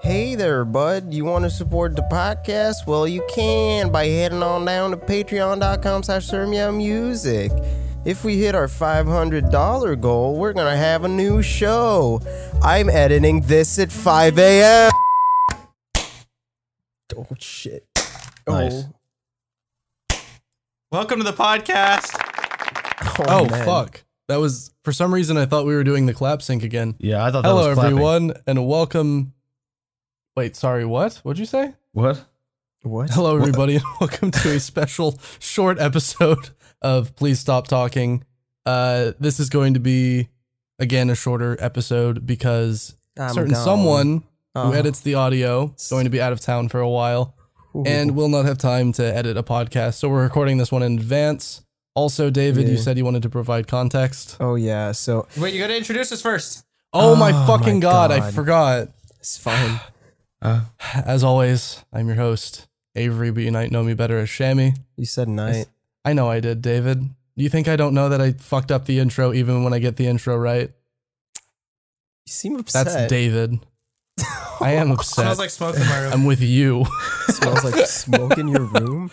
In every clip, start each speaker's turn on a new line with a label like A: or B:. A: Hey there, bud. You want to support the podcast? Well, you can by heading on down to patreon.com slash Sir Meow Music. If we hit our $500 goal, we're going to have a new show. I'm editing this at 5 a.m. Oh, shit.
B: Nice.
A: Oh,
C: Welcome to the podcast.
B: Oh,
A: man.
D: Fuck. That was for some reason I thought we were doing the clap sync again.
B: Yeah, I thought that
D: Hello
B: was clapping.
D: everyone and welcome Wait, sorry, what? What'd you say?
B: What?
A: What?
D: Hello everybody and welcome to a special short episode of Please Stop Talking. Uh this is going to be again a shorter episode because
A: I'm
D: certain
A: gone.
D: someone
A: Oh.
D: who edits the audio is going to be out of town for a while.
A: Ooh.
D: and we'll not have time to edit a podcast. So we're recording this one in advance. Also, David, you
A: Yeah.
D: said you wanted to provide context.
A: Oh, yeah. So
C: Wait, you gotta introduce us first.
D: Oh, my
A: Oh
D: fucking
A: my
D: god, I
A: God.
D: forgot.
A: it's fine.
D: As always, I'm your host, Avery, but you might know me better as Shammy.
A: You said night.
D: I know I did, David. Do you think I don't know that I fucked up the intro even when I get the intro right?
A: You seem upset.
D: That's David. I am upset.
C: Smells like smoke in my room.
D: I'm with you.
A: smells like smoke in your room.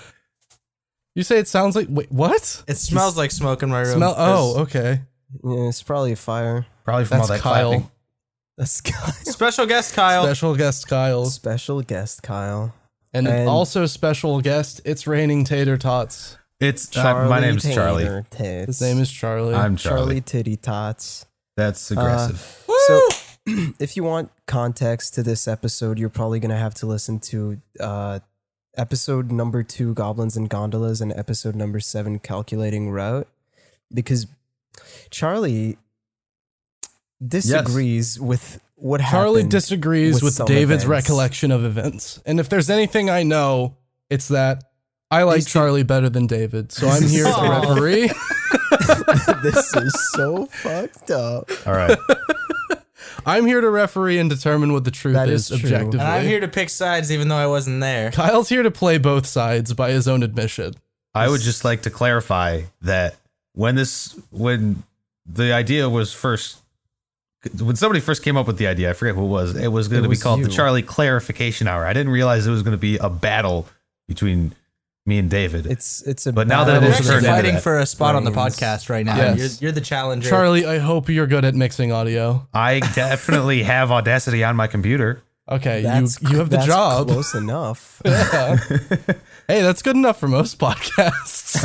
D: You say it sounds like wait, what?
C: it smells like smoke in my room.
D: Smell Oh,
C: 'cause-
D: okay.
A: Yeah, it's probably a fire.
B: Probably from
D: That's
B: all that
D: Kyle.
B: clapping.
A: That's Kyle.
C: Special guest Kyle.
D: Special guest Kyle.
A: Special guest Kyle.
D: And,
A: And-
D: also special guest, it's raining tater tots.
B: It's uh, my name's Charlie.
A: Tater Tits.
D: His name is Charlie.
B: I'm
A: Charlie,
B: Charlie.
A: Titty Tots.
B: That's aggressive.
A: So, if you want context to this episode, you're probably gonna have to listen to uh, episode number two, Goblins and Gondolas, and episode number seven, Calculating Route, because Charlie disagrees with what
D: Charlie
A: happened.
D: disagrees
A: with
D: with,
A: some
D: David's
A: events.
D: recollection of events. And if there's anything I know, it's that I like Charlie better than David. So I'm here to
C: Aw.
D: referee.
A: this is so fucked up.
B: all right.
D: I'm here to referee and determine what the truth
A: That
D: is,
A: is true.
D: objectively.
C: and I'm here to pick sides even though I wasn't there.
D: Kyle's here to play both sides by his own admission.
B: I would just like to clarify that when this when the idea was first when somebody first came up with the idea, I forget who it was. It was going
A: It
B: to be
A: was
B: called
A: you.
B: the Charlie Clarification Hour. I didn't realize it was going to be a battle between me and David.
A: It's it's a
B: But now
A: battle
B: that it
C: We're
B: is
A: of
C: actually
B: turned into
C: fighting
B: that.
C: for a spot on the
A: Brains.
C: podcast right now.
D: Yes.
C: You're, you're the challenger.
D: Charlie, I hope you're good at mixing audio.
B: I definitely have Audacity on my computer.
D: Okay,
A: That's,
D: you you have the
A: that's
D: job.
A: Close enough.
D: Yeah. hey, that's good enough for most podcasts.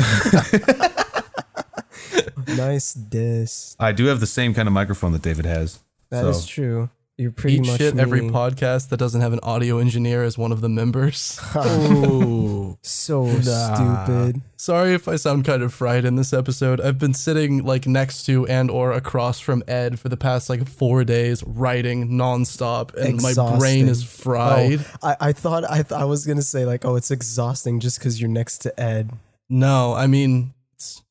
A: nice diss.
B: I do have the same kind of microphone that David has.
A: That
B: so
A: is true. You're pretty
D: Eat
A: much
D: shit every
A: me.
D: podcast that doesn't have an audio engineer as one of the members.
C: Ooh.
A: So stupid.
D: Sorry if I sound kind of fried in this episode. I've been sitting like next to and or across from Ed for the past like four days writing nonstop, and my
A: Exhausting.
D: brain is fried.
A: Oh, I, I thought I th- I was gonna say like, oh, it's exhausting just because you're next to Ed.
D: No, I mean it's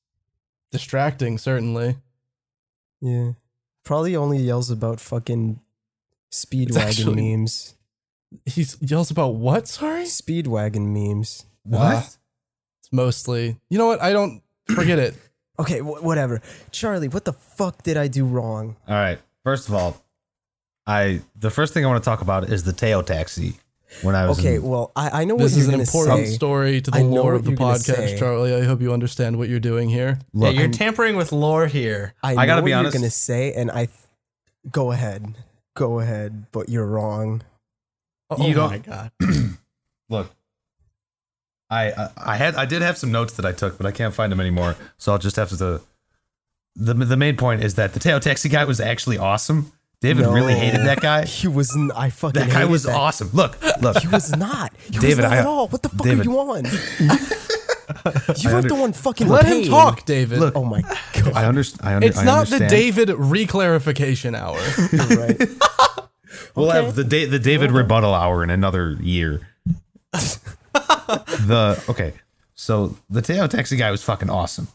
D: distracting, certainly.
A: Yeah, probably only yells about fucking speedwagon
D: actually-
A: memes.
D: He s- yells about what? Sorry, it's
A: Speedwagon memes.
D: What? mostly. You know what? I don't forget it.
A: Okay, wh- whatever. Charlie, what the fuck did I do wrong?
B: All right. First of all, I the first thing I want to talk about is the tail taxi. When I was
A: Okay,
B: in-
A: well, I, I know
D: This
A: what
D: is
A: you're
D: an
A: gonna
D: important
A: say.
D: story to the
A: I know
D: lore
A: what
D: of the
A: you're gonna
D: podcast,
A: say.
D: Charlie. I hope you understand what you're doing here.
C: Yeah,
B: look,
C: you're tampering with lore here.
A: I,
B: I
A: know
B: gotta
A: what
B: be
A: you're
B: honest.
A: gonna say, and I th- go ahead, go ahead, but you're wrong.
D: Oh
B: You don't-
D: my god.
B: look. I, I I had I did have some notes that I took, but I can't find them anymore. So I'll just have to. The the main point is that the tail taxi guy was actually awesome. David really
A: No.
B: hated that guy.
A: He was. N- I fucking.
B: That guy
A: hated
B: was
A: that.
B: awesome. Look, look.
A: He was not. He was
B: David,
A: not
B: I-
A: at all. What the fuck
B: David.
A: are you on? you weren't the one fucking.
D: Let
A: paying.
D: him talk, David.
B: Look,
A: Oh my god!
B: I, underst- I, under-
D: It's
B: I
D: not
B: understand.
D: the David reclarification hour.
A: You're right.
B: We'll have the da- the David rebuttal hour in another year. the okay, so the Teo Taxi guy was fucking awesome,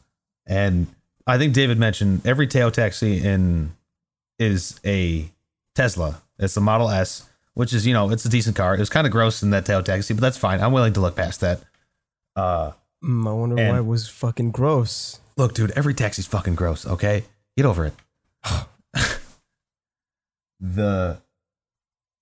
B: and I think David mentioned every Teo Taxi in is a Tesla. It's a Model S, which is you know it's a decent car. It was kind of gross in that Teo Taxi, but that's fine. I'm willing to look past that. Uh,
A: Mm, I wonder why
B: And-
A: it was fucking gross.
B: look, dude, every taxi's fucking gross. Okay, get over it. the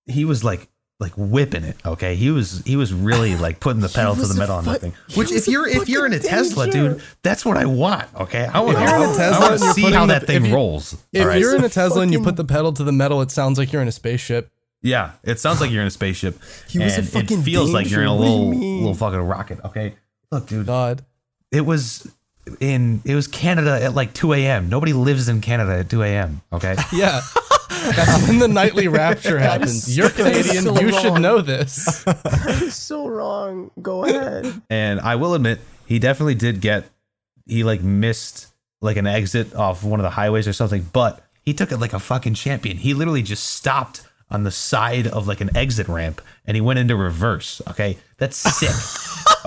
B: he was like like whipping it. Okay, he was he was really like putting the pedal to
D: was
B: the
D: a
B: metal on that
D: fuck-
B: thing.
D: he
B: Which
D: was
B: if
D: a
B: you're if you're in a
D: fucking
B: Tesla,
D: danger.
B: dude, that's what I want. Okay, I want
D: If
B: I
D: you're in a
B: want-
D: Tesla
B: I want
D: and
B: to
D: you're
B: see
D: putting
B: how
D: the-
B: that thing
D: if you-
B: rolls.
D: If
B: all right?
D: you're in a Tesla and you
A: fucking-
D: put the pedal to the metal, it sounds like you're in a spaceship.
B: Yeah, it sounds like you're in a spaceship.
A: He was a
B: and
A: fucking
B: It feels like you're in a
A: danger. What do you
B: little
A: mean?
B: little fucking rocket. Okay, look, dude,
D: God.
B: it was in it was Canada at like 2 a.m. Nobody lives in Canada at 2 a.m. Okay,
D: Yeah. That's when the nightly rapture happens. You're Canadian.
A: so
D: you should
A: wrong.
D: know this.
A: It's so wrong. Go ahead.
B: and I will admit he definitely did get he like missed like an exit off one of the highways or something, but he took it like a fucking champion. He literally just stopped on the side of like an exit ramp and he went into reverse. Okay, that's sick.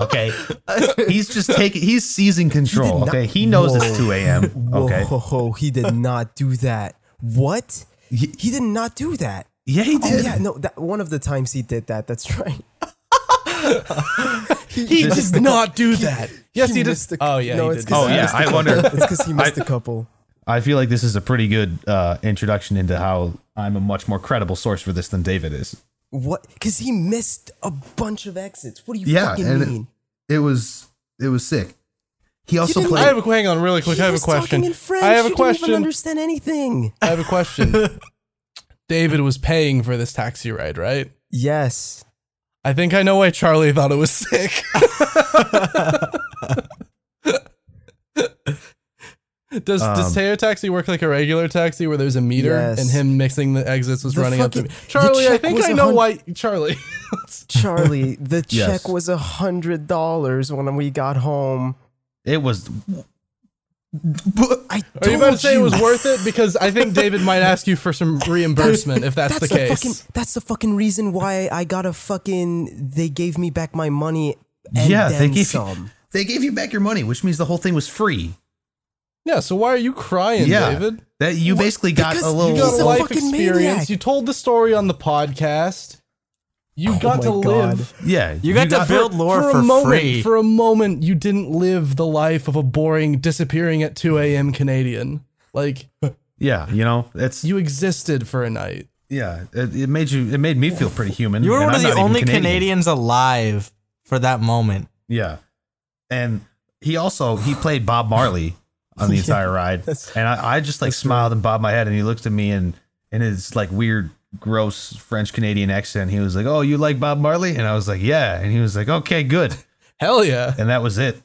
B: okay, he's just taking he's seizing control.
A: not-
B: okay, he knows
A: Whoa.
B: it's 2 a.m. Okay,
A: Whoa, he did not do that. What? He, did not do that.
B: yeah, he
A: Oh
B: did.
A: yeah, no. That one of the times he did that. That's right.
D: He did not do that. Yes, he, did.
A: missed a-
D: Oh, yeah.
A: no,
D: he
A: it's
D: did.
A: 'cause
B: Oh,
A: he
B: yeah,
A: missed a
B: I
A: couple.
B: wonder-
A: It's because he missed a couple.
B: I feel like this is a pretty good uh, introduction into how I'm a much more credible source for this than David is.
A: What? Because he missed a bunch of exits. What do you
B: Yeah,
A: fucking
B: and it-
A: mean?
B: It was it was sick. He also
A: didn't-
B: played.
D: I have a hang on really quick.
A: He
D: I have a
A: was talking
D: question.
A: In French.
D: I have a
A: you Didn't
D: question.
A: even understand anything?
D: I have a question. David was paying for this taxi ride, right?
A: Yes.
D: I think I know why Charlie thought it was sick. does does
B: Um,
D: Teo taxi work like a regular taxi where there's a meter
A: Yes.
D: and him mixing the exits was
A: The
D: running up to me?
A: fucking- the
D: Charlie, I
A: check
D: think
A: was
D: I
A: a
D: know
A: hun-
D: why Charlie.
A: Charlie, the
B: Yes.
A: check was a hundred dollars when we got home.
B: It was
A: I
D: Are you about to
A: told
D: say it was worth it? Because I think David might ask you for some reimbursement if that's, the, case.
A: Fucking, that's the fucking reason why I got a fucking. They gave me back my money. And
B: yeah.
A: then
B: They gave You,
A: some.
B: they gave you back your money, which means the whole thing was free.
D: yeah, so why are you crying,
B: yeah,
D: David?
B: that you
A: What?
B: basically got
A: Because you
B: a little.
D: You got
A: He's
D: a
A: a
D: life
A: fucking
D: experience.
A: maniac.
D: You told the story on the podcast. You
A: Oh
D: got to
A: my God.
D: live
B: yeah,
C: You got, to build lore for,
D: moment.
C: free.
D: For a moment, you didn't live the life of a boring disappearing at 2 a.m. Canadian. Like
B: Yeah, you know, it's
D: you existed for a night.
B: yeah. It, it made you. It made me feel pretty human.
C: you were
B: and
C: one
B: I'm
C: of the
B: not even
C: only
B: Canadian.
C: Canadians alive for that moment.
B: Yeah, and he also he played Bob Marley on the entire ride, and I, I just like smiled and bobbed my head, and he looked at me and in his like weird, gross French Canadian accent, he was like, "Oh, you like Bob Marley?" And I was like, "Yeah," and he was like, "Okay, good,"
D: Hell yeah.
B: and that was it.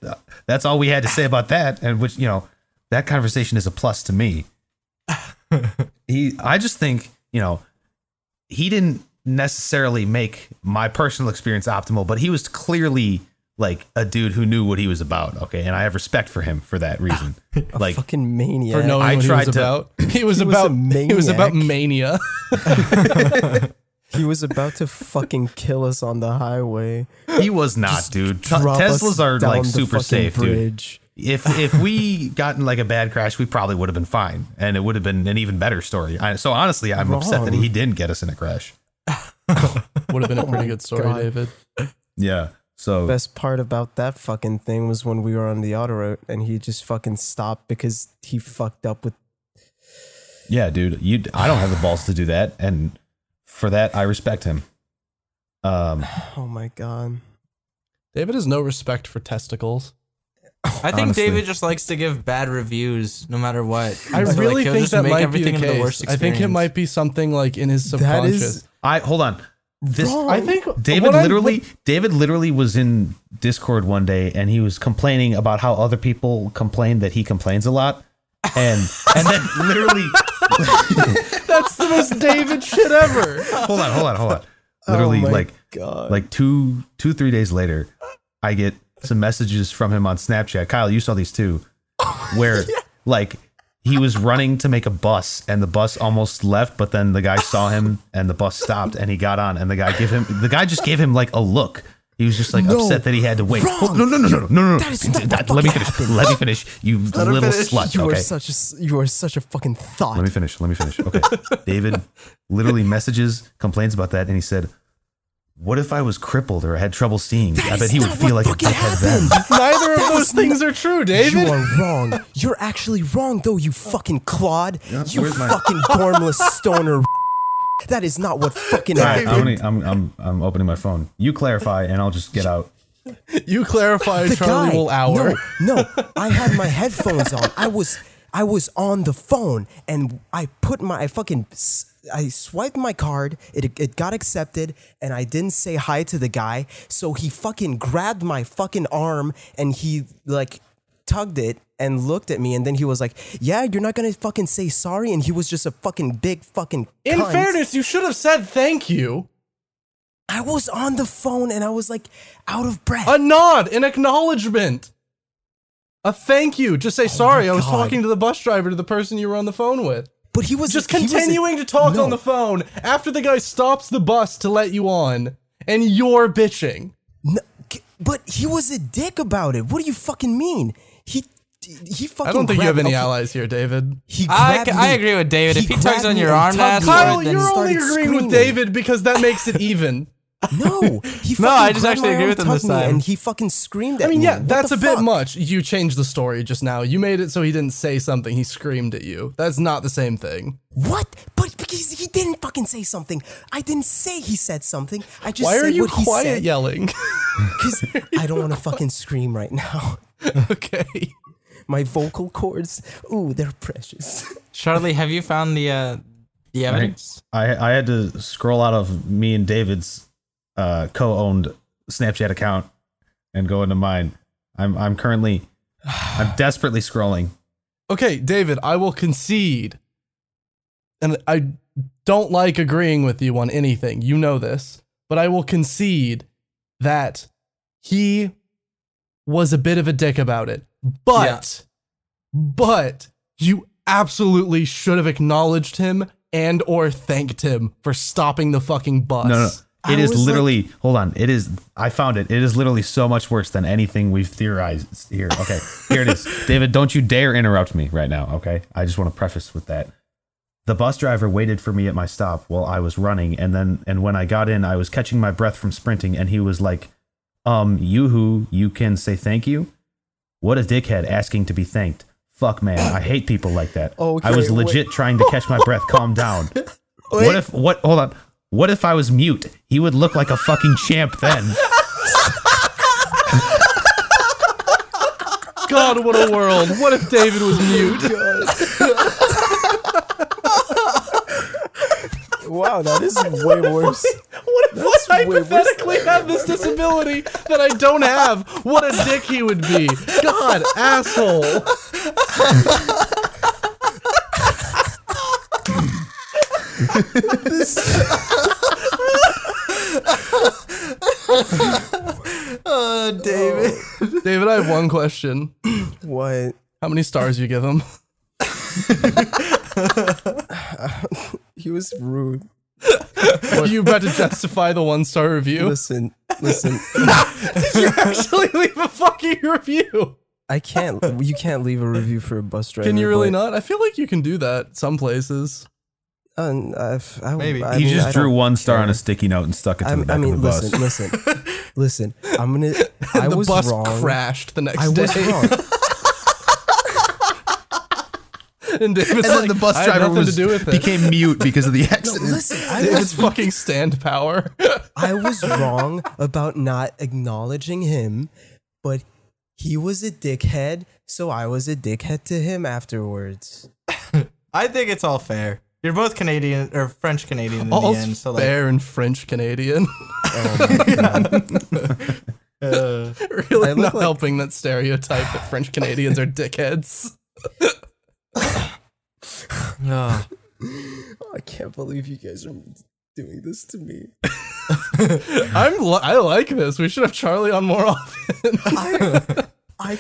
B: That's all we had to say about that, and which you know that conversation is a plus to me. he, I just think you know he didn't necessarily make my personal experience optimal, but he was clearly like a dude who knew what he was about. Okay, and I have respect for him for that reason. like,
A: fucking maniac.
D: For knowing
B: I
D: what
B: tried
D: he was
B: to-
D: about. He was
A: He was a
D: about he was about mania.
A: He was about to fucking kill us on the highway.
B: he was not, dude. Te-
A: Drop us
B: Teslas are
A: down
B: like
A: the
B: super
A: fucking
B: safe, dude.
A: bridge.
B: If if we gotten like a bad crash, we probably would have been fine, and it would have been an even better story. I, so honestly, I'm upset that
A: Wrong.
B: he didn't get us in a crash.
D: Would have been a pretty good story,
A: God.
D: David.
B: Yeah. So
A: Best part about that fucking thing was when we were on the autoroute and he just fucking stopped because he fucked up with.
B: yeah, dude, you I don't have the balls to do that, and for that I respect him. Um,
A: Oh my god.
D: David has no respect for testicles.
C: I think
B: Honestly.
C: David just likes to give bad reviews no matter what.
D: I
C: So, like,
D: really
C: he'll
D: think
C: just
D: that
C: make
D: might be the
C: everything into
D: case. I think it
C: experience.
D: might be something like in his
A: That
D: subconscious.
A: is
B: I hold on. This
A: wrong.
D: I think
B: David
D: what I-
B: literally David literally was in Discord one day and he was complaining about how other people complain that he complains a lot. And and then literally
D: that's the most David shit ever.
B: hold on, hold on, hold on. Literally
A: Oh my
B: like
A: God.
B: like two two three days later i get some messages from him on snapchat kyle you saw these too where like he was running to make a bus and the bus almost left but then the guy saw him and the bus stopped and he got on and the guy gave him the guy just gave him like a look he was just like upset that he had to wait. Oh, no, no, no, no, no, no, no.
A: That is not what
B: Let me
A: fucking
B: finish. Let me finish. You
A: Let him
B: little
A: finish.
B: slut.
A: You
B: okay.
A: are such a s- you are such a fucking thought.
B: Let me finish. Let me finish. Okay. David literally messages, complains about that, and he said, What if I was crippled or I had trouble seeing?
A: That
B: I bet
A: is
B: he would
A: not
B: feel
A: what
B: like a
A: fucking
B: dickhead then.
A: happened.
D: Neither of
A: That
D: those
A: was
D: things are true, David.
A: You are wrong. You're actually wrong, though. You fucking clod. you
B: where's my-
A: fucking gormless stoner. That is not what fucking
B: All right,
A: happened.
B: I'm, gonna, I'm, I'm, I'm opening my phone. You clarify, and I'll just get out.
D: You clarify
A: the
D: Charlie
A: guy.
D: Will Hour.
A: No, no, I had my headphones on. I was I was on the phone and I put my I fucking s- I swiped my card. It it got accepted and I didn't say hi to the guy. So he fucking grabbed my fucking arm and he like tugged it and looked at me and then he was like, "Yeah, you're not going to fucking say sorry." And he was just a fucking big fucking
D: In
A: cunt.
D: fairness, you should have said thank you.
A: I was on the phone and I was like out of breath.
D: A nod, an acknowledgement. A thank you. Just say sorry. I was
A: Oh God.
D: talking to the bus driver, to the person you were on the phone with.
A: but he was
D: Just
A: he was a-
D: continuing to talk
A: No.
D: on the phone after the guy stops the bus to let you on, and you're bitching.
A: No, c- but he was a dick about it. What do you fucking mean? He he fucking.
D: I don't think you have
A: grabbed-
D: any
A: okay,
D: allies here, David.
A: He
C: I,
A: grabbed
C: I
A: me.
C: agree with David.
A: He
C: if he tugs
A: grabbed
C: on
A: me
C: your
A: and
C: arm,
A: tugged
C: that's
A: me.
D: Kyle,
A: Right,
C: then
A: he
D: you're only
A: started
D: agreeing with
A: screaming.
D: David because that makes it even.
A: No, he fucking
C: No, I just
A: grabbed
C: actually
A: my
C: agree
A: arm,
C: with him this
A: tugged me,
C: time.
A: And he fucking screamed at
D: I mean,
A: me.
D: yeah,
A: What
D: Mm. that's
A: the
D: a bit
A: fuck?
D: much. You changed the story just now. You made it so he didn't say something. He screamed at you. That's not the same thing.
A: What? But because he didn't fucking say something. I didn't say he said something. I just
D: Why
A: said
D: are you
A: what he
D: quiet
A: said.
D: yelling?
A: Because I don't want to fucking scream right now.
D: okay.
A: My vocal cords, ooh, they're precious.
C: Charlie, have you found the uh, the evidence?
B: I, I had to scroll out of me and David's uh, co-owned Snapchat account and go into mine. I'm, I'm currently, I'm desperately scrolling.
D: Okay, David, I will concede. And I don't like agreeing with you on anything. You know this. But I will concede that he was a bit of a dick about it. But, but you absolutely should have acknowledged him and or thanked him for stopping the fucking bus.
B: No, no, it is
A: I was like-
B: literally. hold on, it is. I found it. It is literally so much worse than anything we've theorized here. Okay, here it is. David, don't you dare interrupt me right now. Okay, I just want to preface with that. The bus driver waited for me at my stop while I was running, and then and when I got in, I was catching my breath from sprinting, and he was like, "Um, you who you can say thank you? What a dickhead asking to be thanked." Fuck man, I hate people like that. I was
A: Okay, wait.
B: legit trying to catch my breath. Calm down. What if what hold on. What if I was mute? He would look like a fucking champ then.
D: God, what a world. What if David was mute?
A: Wow, that is way worse.
D: What if
A: That's
D: I
A: way worse than
D: hypothetically had this disability that I don't have? What a dick he would be. God, asshole.
C: Oh, David.
D: David, I have one question.
A: What?
D: How many stars you give him?
A: He was rude.
D: Are you about to justify the one star review?
A: Listen, listen.
D: Actually, leave a fucking review.
A: I can't. You can't leave a review for a bus driver.
D: Can you really
A: but-
D: not? I feel like you can do that some places.
A: Um, I've, I,
C: Maybe.
A: I
B: he
A: mean, I
B: just drew
A: don't
B: one star on
A: care.
B: a sticky note and stuck it to
A: I'm,
B: the back
A: I mean,
B: of the bus.
A: listen, listen, listen. I'm gonna. I
D: the
A: was
D: bus
A: wrong.
D: crashed the next
A: I
D: day.
A: was wrong.
D: And David's like, the bus driver had nothing to do with it.
B: became mute because of the accident.
A: listen, I
D: David's
A: was,
D: fucking stand power.
A: I was wrong about not acknowledging him, but he was a dickhead, so I was a dickhead to him afterwards.
C: I think it's all fair. You're both Canadian or French Canadian in
D: All's
C: the end, so like,
D: fair in French Canadian.
A: Oh
C: uh,
D: really
A: I
D: not
A: look like-
D: helping that stereotype that French Canadians are dickheads.
C: no.
A: I can't believe you guys are doing this to me.
D: I'm li- I like this. We should have Charlie on more often.
A: I, I,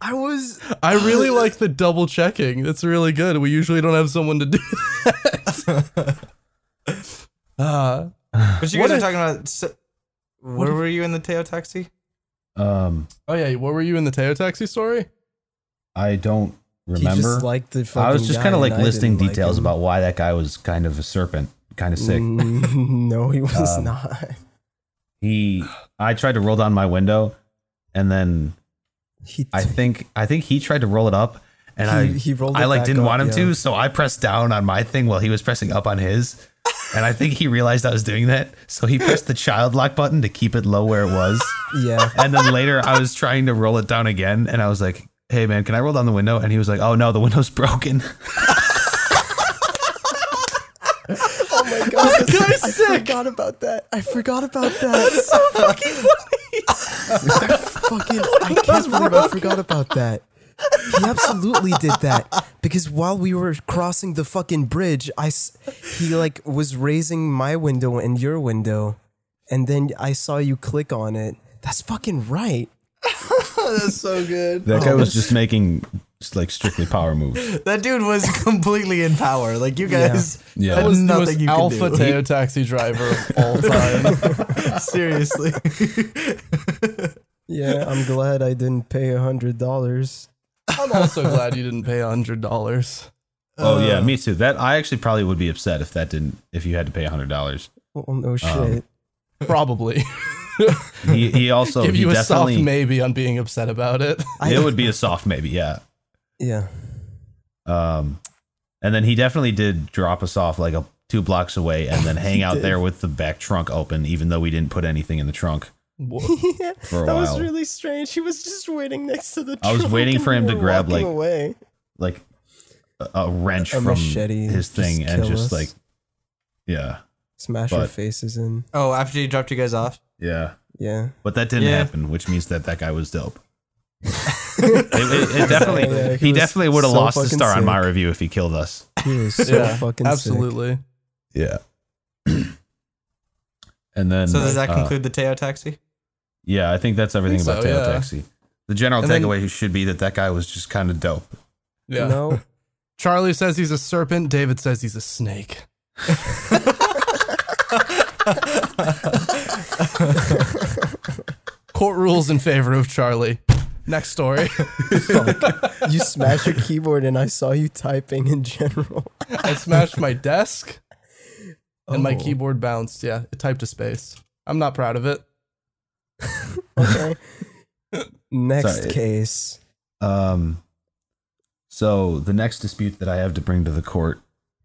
A: I was.
D: I really like the double checking. That's really good. We usually don't have someone to do that. uh,
C: But you
D: What
C: guys are
D: if-
C: talking about. So, where were you in the Teo taxi?
B: Um,
D: oh yeah, what were you in the Teo taxi story?
B: I don't
A: He
B: remember.
A: just liked the fucking
B: I was just
A: guy
B: kind of
A: and
B: like
A: I
B: listing
A: didn't like
B: details
A: him.
B: about why that guy was kind of a serpent, kind of sick.
A: Mm, no, he was
B: Um,
A: not.
B: He, I tried to roll down my window, and then
A: He,
B: I think I think he tried to roll it up, and
A: He-
B: I
A: he rolled
B: I
A: it
B: like
A: back
B: didn't
A: up,
B: want him
A: yeah.
B: to, so I pressed down on my thing while he was pressing up on his, And I think he realized I was doing that. So he pressed the child lock button to keep it low where it was.
A: Yeah.
B: And then later I was trying to roll it down again. And I was like, hey, man, can I roll down the window? And he was like, oh, no, the window's broken.
A: Oh my god.
D: guy's
A: I
D: sick.
A: forgot about that. I forgot about that. That's so fucking funny. fucking, I can't believe I forgot about that. He absolutely did that because while we were crossing the fucking bridge, I s- he like was raising my window and your window, and then I saw you click on it. That's fucking right.
C: That's so good.
B: That
A: Oh.
B: guy was just making like strictly power
A: Uh.
B: moves.
C: That dude was completely in power. Like you guys,
B: Yeah.
C: that
B: That
D: was
C: was
D: the
C: nothing
D: most
C: you
D: alpha
C: could do.
D: Teo taxi driver of all time.
C: Seriously,
A: Yeah, I'm glad I didn't pay a hundred dollars.
D: I'm also glad you didn't pay hundred dollars.
B: Oh yeah, me too. That I actually probably would be upset if that didn't if you had to pay hundred dollars.
A: Oh no shit.
D: Probably
B: He he also
D: give
B: he
D: you a soft
B: definitely
D: maybe on being upset about it.
B: it would be a soft maybe, yeah.
A: yeah.
B: Um, and then he definitely did drop us off like a two blocks away, and then hang out there with the back trunk open, even though we didn't put anything in the trunk.
D: Wha-
A: yeah,
B: For a
A: that was
B: while.
A: really strange. He was just waiting next to the.
B: I was
A: trunk
B: waiting
A: and
B: for him
A: you
B: to
A: were
B: grab,
A: walking
B: like,
A: away.
B: Like a, a wrench
A: A
B: from
A: machete,
B: his
A: just
B: thing, and
A: kill
B: just
A: us.
B: like yeah,
A: smash our
B: but-
A: faces in.
C: Oh, after he dropped you guys off?
B: yeah.
A: Yeah,
B: But that didn't
C: Yeah.
B: happen, which means that that guy was dope. it, it- it definitely,
A: Yeah, he
B: he
A: was
B: definitely would have
A: so
B: lost a
A: fucking
B: star on my
A: sick.
B: review if he killed us.
A: he was so
D: yeah,
A: fucking
D: absolutely.
B: Yeah. and then,
C: So does that
B: uh,
C: conclude the Teo taxi?
B: yeah, I think that's everything
D: Think
B: about
D: so,
B: Tao
D: yeah.
B: Taxi. The general
D: And then-
B: takeaway should be that that guy was just kind of dope.
A: sick.
D: Yeah.
A: No,
D: Charlie says he's a serpent. David says he's a snake. Court rules in favor of Charlie. Next story.
A: you smashed your keyboard, and I saw you typing in general.
D: I smashed my desk and my
A: Oh.
D: keyboard bounced. Yeah, it typed a space. I'm not proud of it.
A: Okay. Next
B: Sorry.
A: case.
B: Um, so the next dispute that I have to bring to the court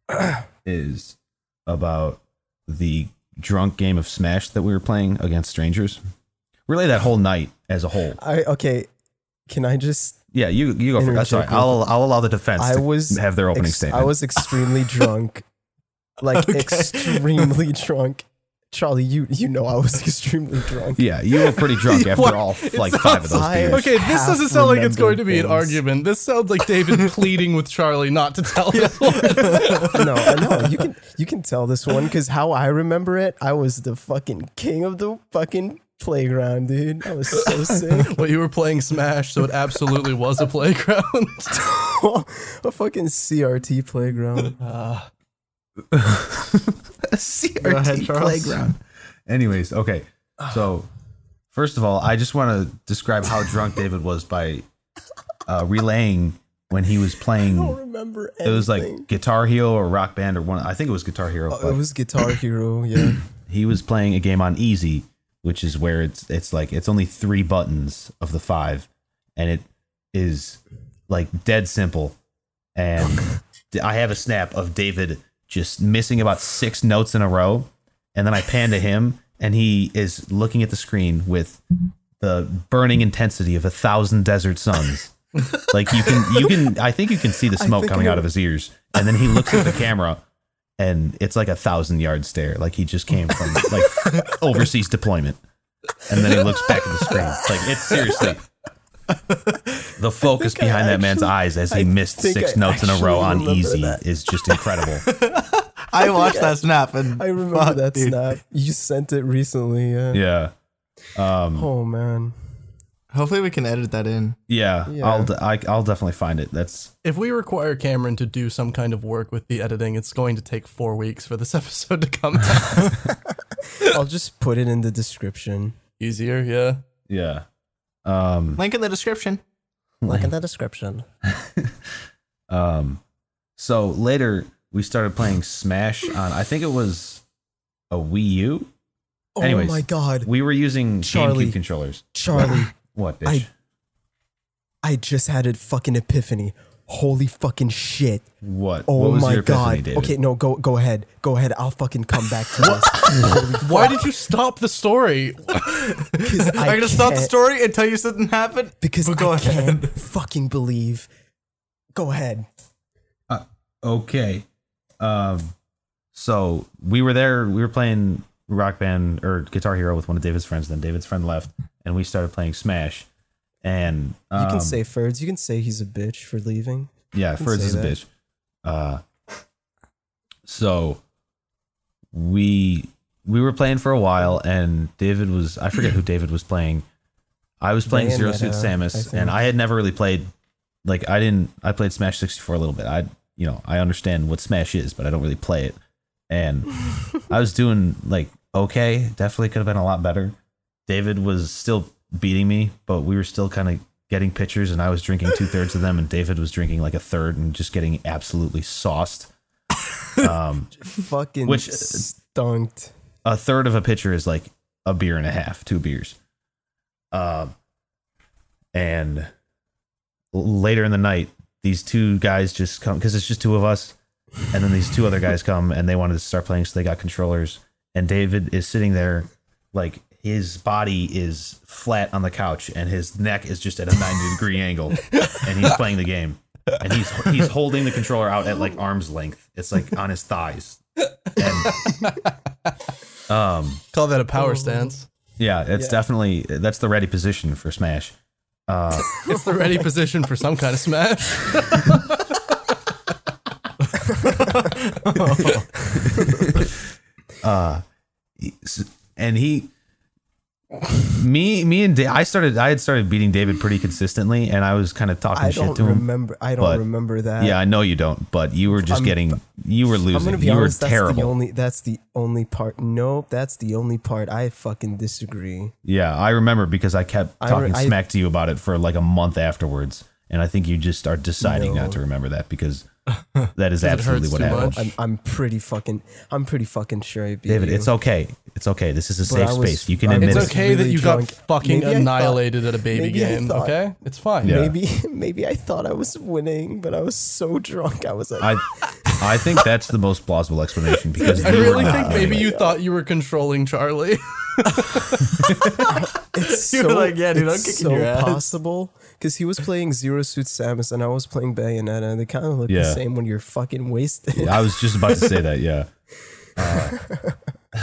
B: is about the drunk game of Smash that we were playing against strangers. Really, that whole night as a whole.
A: I okay. Can I just?
B: Yeah, you you go first. That's all right.
A: Interject
B: I'll I'll allow the defense
A: I
B: to
A: was
B: have their opening
A: ex-
B: statement.
A: I was extremely drunk, like
C: Okay.
A: extremely drunk. Charlie, you you know I was extremely drunk.
B: yeah, you were pretty drunk after
D: What?
B: all
D: It
B: like five of those
A: sounds-
B: beers.
D: Okay, this
A: half
D: doesn't sound like it's going to be an
A: remembered things.
D: argument. This sounds like David pleading with Charlie not to tell us
A: no, I know you can you can tell this one because how I remember it, I was the fucking king of the fucking playground, dude. I was so sick.
D: Well, you were playing Smash, so it absolutely was a playground.
A: a fucking CRT playground.
C: Go ahead,
B: CRT
C: Charles.
B: playground. Anyways, okay. So, first of all, I just want to describe how drunk David was by uh, relaying when he was playing.
A: I don't remember
B: It
A: anything.
B: was like Guitar Hero or Rock Band or one. I think it was Guitar Hero.
A: Oh,
B: but-
A: it was Guitar Hero. Yeah,
B: he was playing a game on easy, which is where it's it's like it's only three buttons of the five, and it is like dead simple. And I have a snap of David just missing about six notes in a row, and then I pan to him, and he is looking at the screen with the burning intensity of a thousand desert suns. like you can you can I think you can see the
A: I
B: smoke
A: think
B: coming
A: I-
B: out of his ears. And then he looks at the camera and it's like a thousand yard stare. Like he just came from like overseas deployment. And then he looks back at the screen. Like it's seriously the focus
A: think I
B: behind that man's
A: actually-
B: eyes as he missed
A: think
B: six
A: I
B: notes in a row
A: actually
B: on
A: remember
B: easy
A: that.
B: is just incredible.
C: I watched that snap and
A: I remember
C: fuck,
A: that
C: dude.
A: snap. You sent it recently. Yeah.
B: yeah. Um,
A: Oh man.
C: Hopefully, we can edit that in.
B: yeah,
A: Yeah.
B: I'll d- I, I'll definitely find it. That's
D: if we require Cameron to do some kind of work with the editing, it's going to take four weeks for this episode to come out.
A: I'll just put it in the description.
D: Easier, yeah.
B: yeah. Um,
C: Link in the description.
A: Look in the description.
B: Um, so later we started playing Smash on. I think it was a Wii U.
A: Oh
B: Anyways.
A: my god,
B: We were using
A: Charlie.
B: GameCube controllers.
A: Charlie!
B: What?
A: I
B: Bitch?
A: I just had a fucking epiphany. Holy fucking shit.
B: What?
A: Oh
B: what was
A: my
B: your epiphany,
A: god.
B: David?
A: Okay, no, go go ahead. Go ahead. I'll fucking come back to this.
D: Why did you stop the story?
A: Because
C: I'm
A: I
C: gonna stop the
A: can't-
C: story and tell you something happened.
A: Because
C: But go
A: I
C: ahead.
A: can't fucking believe. Go ahead.
B: okay. Um, so we were there. We were playing Rock Band or Guitar Hero with one of David's friends. Then David's friend left, and we started playing Smash. And um,
A: You can say Ferds. You can say he's a bitch for leaving.
B: yeah, Ferds
A: say
B: is a
A: that.
B: bitch. Uh, so we we were playing for a while, and David was I forget who David was playing. I was playing Zero Suit
A: Bayonetta, uh, I
B: Samus,
A: think.
B: and I had never really played. Like I didn't. I played Smash sixty four a little bit. I you know I understand what Smash is, but I don't really play it. And I was doing like okay. Definitely could have been a lot better. David was still beating me, but we were still kind of getting pitchers, and I was drinking two thirds of them, and David was drinking like a third, and just getting absolutely sauced. Um,
A: Fucking
B: Which-
A: stunked.
B: a third of a pitcher is like a beer and a half, two beers. Um, and l- later in the night, these two guys just come because it's just two of us, and then these two other guys come and they wanted to start playing, so they got controllers. And David is sitting there, like his body is flat on the couch, and his neck is just at a ninety degree angle, and he's playing the game, and he's he's holding the controller out at like arm's length. It's like on his thighs, and um.
D: Call that a power
A: Oh.
D: stance.
B: Yeah, it's definitely that's the ready position for Smash. Uh,
D: It's the ready position for some kind of smash.
B: uh, s- and he, me, me and da- I started. I had started beating David pretty consistently, and I was kind of talking
A: I
B: shit
A: don't
B: to him.
A: remember. I don't
B: but-
A: remember that.
B: Yeah, I know you don't, but you were just
A: I'm-
B: getting, you were losing.
A: I'm gonna be
B: you
A: honest.
B: were
A: That's
B: terrible.
A: the only. That's the only part. Nope. That's the only part I fucking disagree.
B: yeah, I remember because I kept
A: I
B: talking
A: re- I-
B: smack to you about it for like a month afterwards, and I think you just are deciding
A: No.
B: not to remember that because that is
D: hurts
B: absolutely what
D: too
B: happened.
D: much.
A: I'm, I'm pretty fucking. I'm pretty fucking sure I beat
B: David,
A: you.
B: it's okay. It's okay. This is a
A: But
B: safe
A: I was-
B: space. You can
A: I
B: admit
D: It's
A: was
B: it.
D: okay that
A: really
D: you
A: drunk.
D: got fucking
A: Maybe I thought-
D: annihilated at a baby
A: maybe I
D: game.
A: thought-
D: Okay, it's fine.
B: Yeah.
A: Maybe maybe I thought I was winning, but I was so drunk I was like,
B: I I think that's the most plausible explanation because
D: I
B: you were
D: really
B: not
D: think
B: doing
D: maybe
B: it.
D: you thought you were controlling Charlie.
A: it's
C: You were like, yeah, dude, I'm
A: it's
C: kicking
A: so
C: your ass.
A: possible because he was playing Zero Suit Samus and I was playing Bayonetta, and they kind of look the
B: Yeah.
A: same when you're fucking wasted.
B: I was just about to say that. Yeah.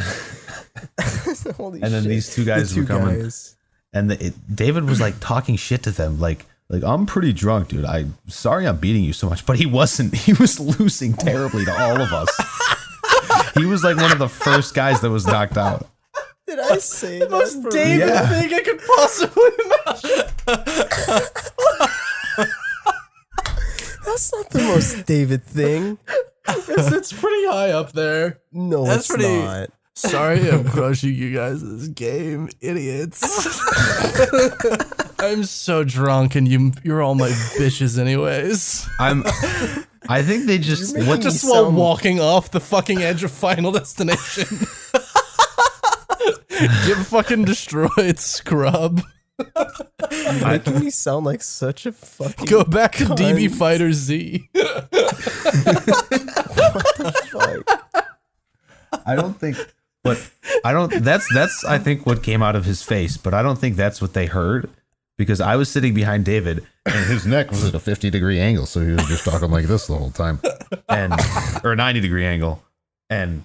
A: Holy
B: And then
A: shit.
B: these two
A: The
B: guys were
A: two
B: coming,
A: guys.
B: and the, it, David was like talking shit to them, like like I'm pretty drunk, dude. I sorry I'm beating you so much, but he wasn't. He was losing terribly to all of us. he was like one of the first guys that was knocked out.
A: Did I say that? for real?
D: David
B: Yeah.
D: thing I could possibly
A: That's not the most David thing.
D: imagine. It's pretty high up there.
A: No,
C: That's
A: it's
C: pretty-
A: not.
D: Sorry, I'm crushing you guys in this game, idiots. I'm so drunk, and you you're all my bitches, anyways.
B: I'm. I think they just
A: You're
B: what
A: making-
D: Just while
A: Some-
D: walking off the fucking edge of Final Destination. Get fucking destroyed, scrub.
A: Making me sound like such a fucking
D: Go back to DB
A: Cunt.
D: Fighter Z.
A: fuck.
B: I don't think, but I don't. That's that's I think what came out of his face, but I don't think that's what they heard because I was sitting behind David and his neck was at a fifty degree angle, so he was just talking like this the whole time, and or a ninety degree angle, and.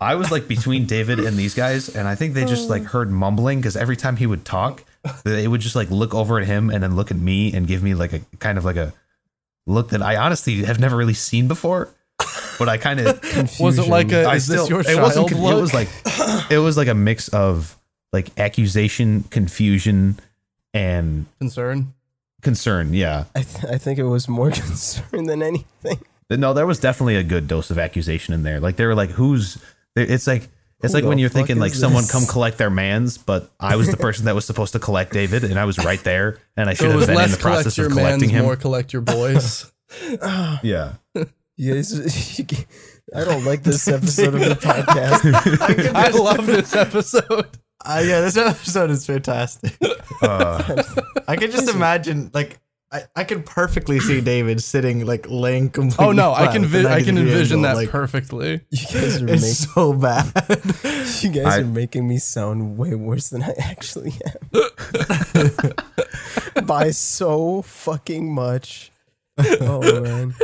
B: I was like between David and these guys, and I think they just like heard mumbling because every time he would talk, they would just like look over at him and then look at me and give me like a kind of like a look that I honestly have never really seen before. But I kind of
D: Was it like a?
B: I
D: Is
B: still-
D: this your
B: it
D: child?
B: wasn't confu- It
D: look?
B: was like it was like a mix of like accusation, confusion, and
D: concern.
B: concern. Yeah,
A: I, th- I think it was more concerned than anything.
B: no, there was definitely a good dose of accusation in there. Like they were like, "Who's?" they- It's like it's
A: Who
B: like when
A: the
B: you're
A: fuck
B: thinking like
A: is
B: someone
A: this?
B: come collect their man's, but I was the person that was supposed to collect David, and I was right there, and I should have been in the process of collecting him.
D: more collect your boys.
B: Yeah,
A: You guys, I don't like this episode of the podcast.
D: I love this episode.
C: Uh, yeah, this episode is fantastic.
B: uh,
C: I could just imagine like I, I can perfectly see David sitting like laying completely.
D: Oh no, I
C: flat
D: can
C: with a
D: vi- I can
C: 90 degree
D: envision that
C: angle, like,
D: perfectly.
A: You guys are making
C: It's so bad.
A: you guys
B: I-
A: are making me sound way worse than I actually am. By so fucking much. Oh man.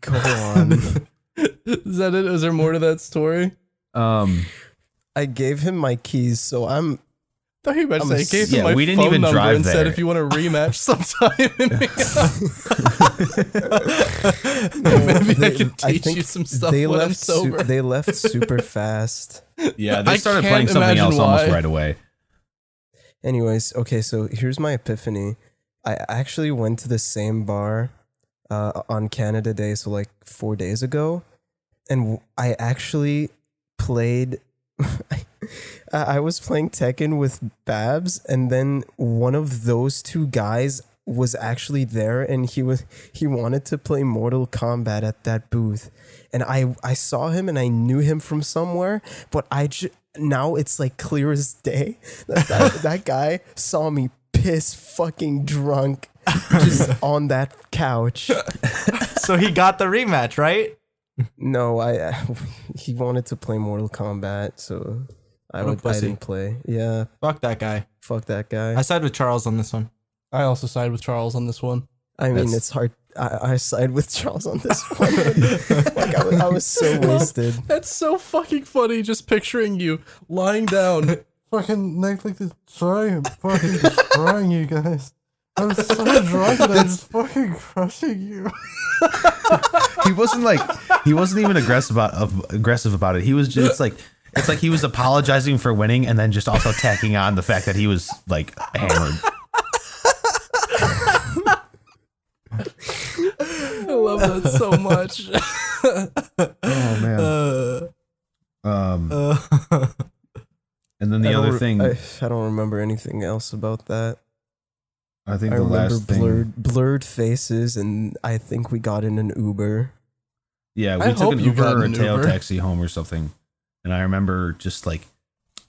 A: Go on.
D: Is that it? Is there more to that story?
B: Um,
A: I gave him my keys, so I'm
D: thought you were about
A: I'm
D: to say
A: a-
D: I gave
B: yeah,
D: him my
B: we didn't
D: phone
B: even
D: number
B: drive
D: and
B: there.
D: said if you want to rematch sometime. hit me up." Maybe I can teach you some stuff when I'm
A: left
D: sober.
A: they left super fast.
B: yeah, they
D: I
B: started
D: can't
B: playing something
D: imagine
B: else almost
D: why.
B: right away.
A: Anyways, okay, so here's my epiphany. I actually went to the same bar uh, on Canada Day, so like four days ago, and w- I actually played. I I was playing Tekken with Babs, and then one of those two guys was actually there, and he was he wanted to play Mortal Kombat at that booth, and I I saw him and I knew him from somewhere, but I ju- now it's like clear as day that that, that guy saw me piss fucking drunk just on that couch.
C: so he got the rematch, right?
A: No, I he wanted to play Mortal Kombat, so I,
C: What a
A: would, I
C: pussy.
A: didn't play. Yeah,
C: Fuck that guy.
A: fuck that
C: I
A: guy.
C: side with Charles on this one.
D: I also side with Charles on this one.
A: I, mean,
B: That's-
A: it's hard. I, I side with Charles on this one. like I was, I was so wasted.
D: That's so fucking funny. Just picturing you lying down, fucking neck like this. Sorry, I'm fucking destroying you guys. I'm so drunk that I'm just fucking crushing you.
B: he wasn't like he wasn't even aggressive about of, aggressive about it. He was just like it's like he was apologizing for winning and then just also tacking on the fact that he was like hammered.
D: I love that so much.
B: Oh man.
C: Uh,
B: Um,
C: uh,
B: and then
A: I
B: the
A: don't
B: other
A: re-
B: thing,
A: I,
B: I,
A: I don't remember anything else about that.
B: think
A: I
B: the
A: remember
B: last thing,
A: blurred blurred faces, and I think we got in an Uber.
B: yeah, we
D: I
B: took
D: hope
B: an
D: you
B: Uber
D: got
B: or a
D: an
B: tail
D: Uber.
B: taxi home or something, and I remember just like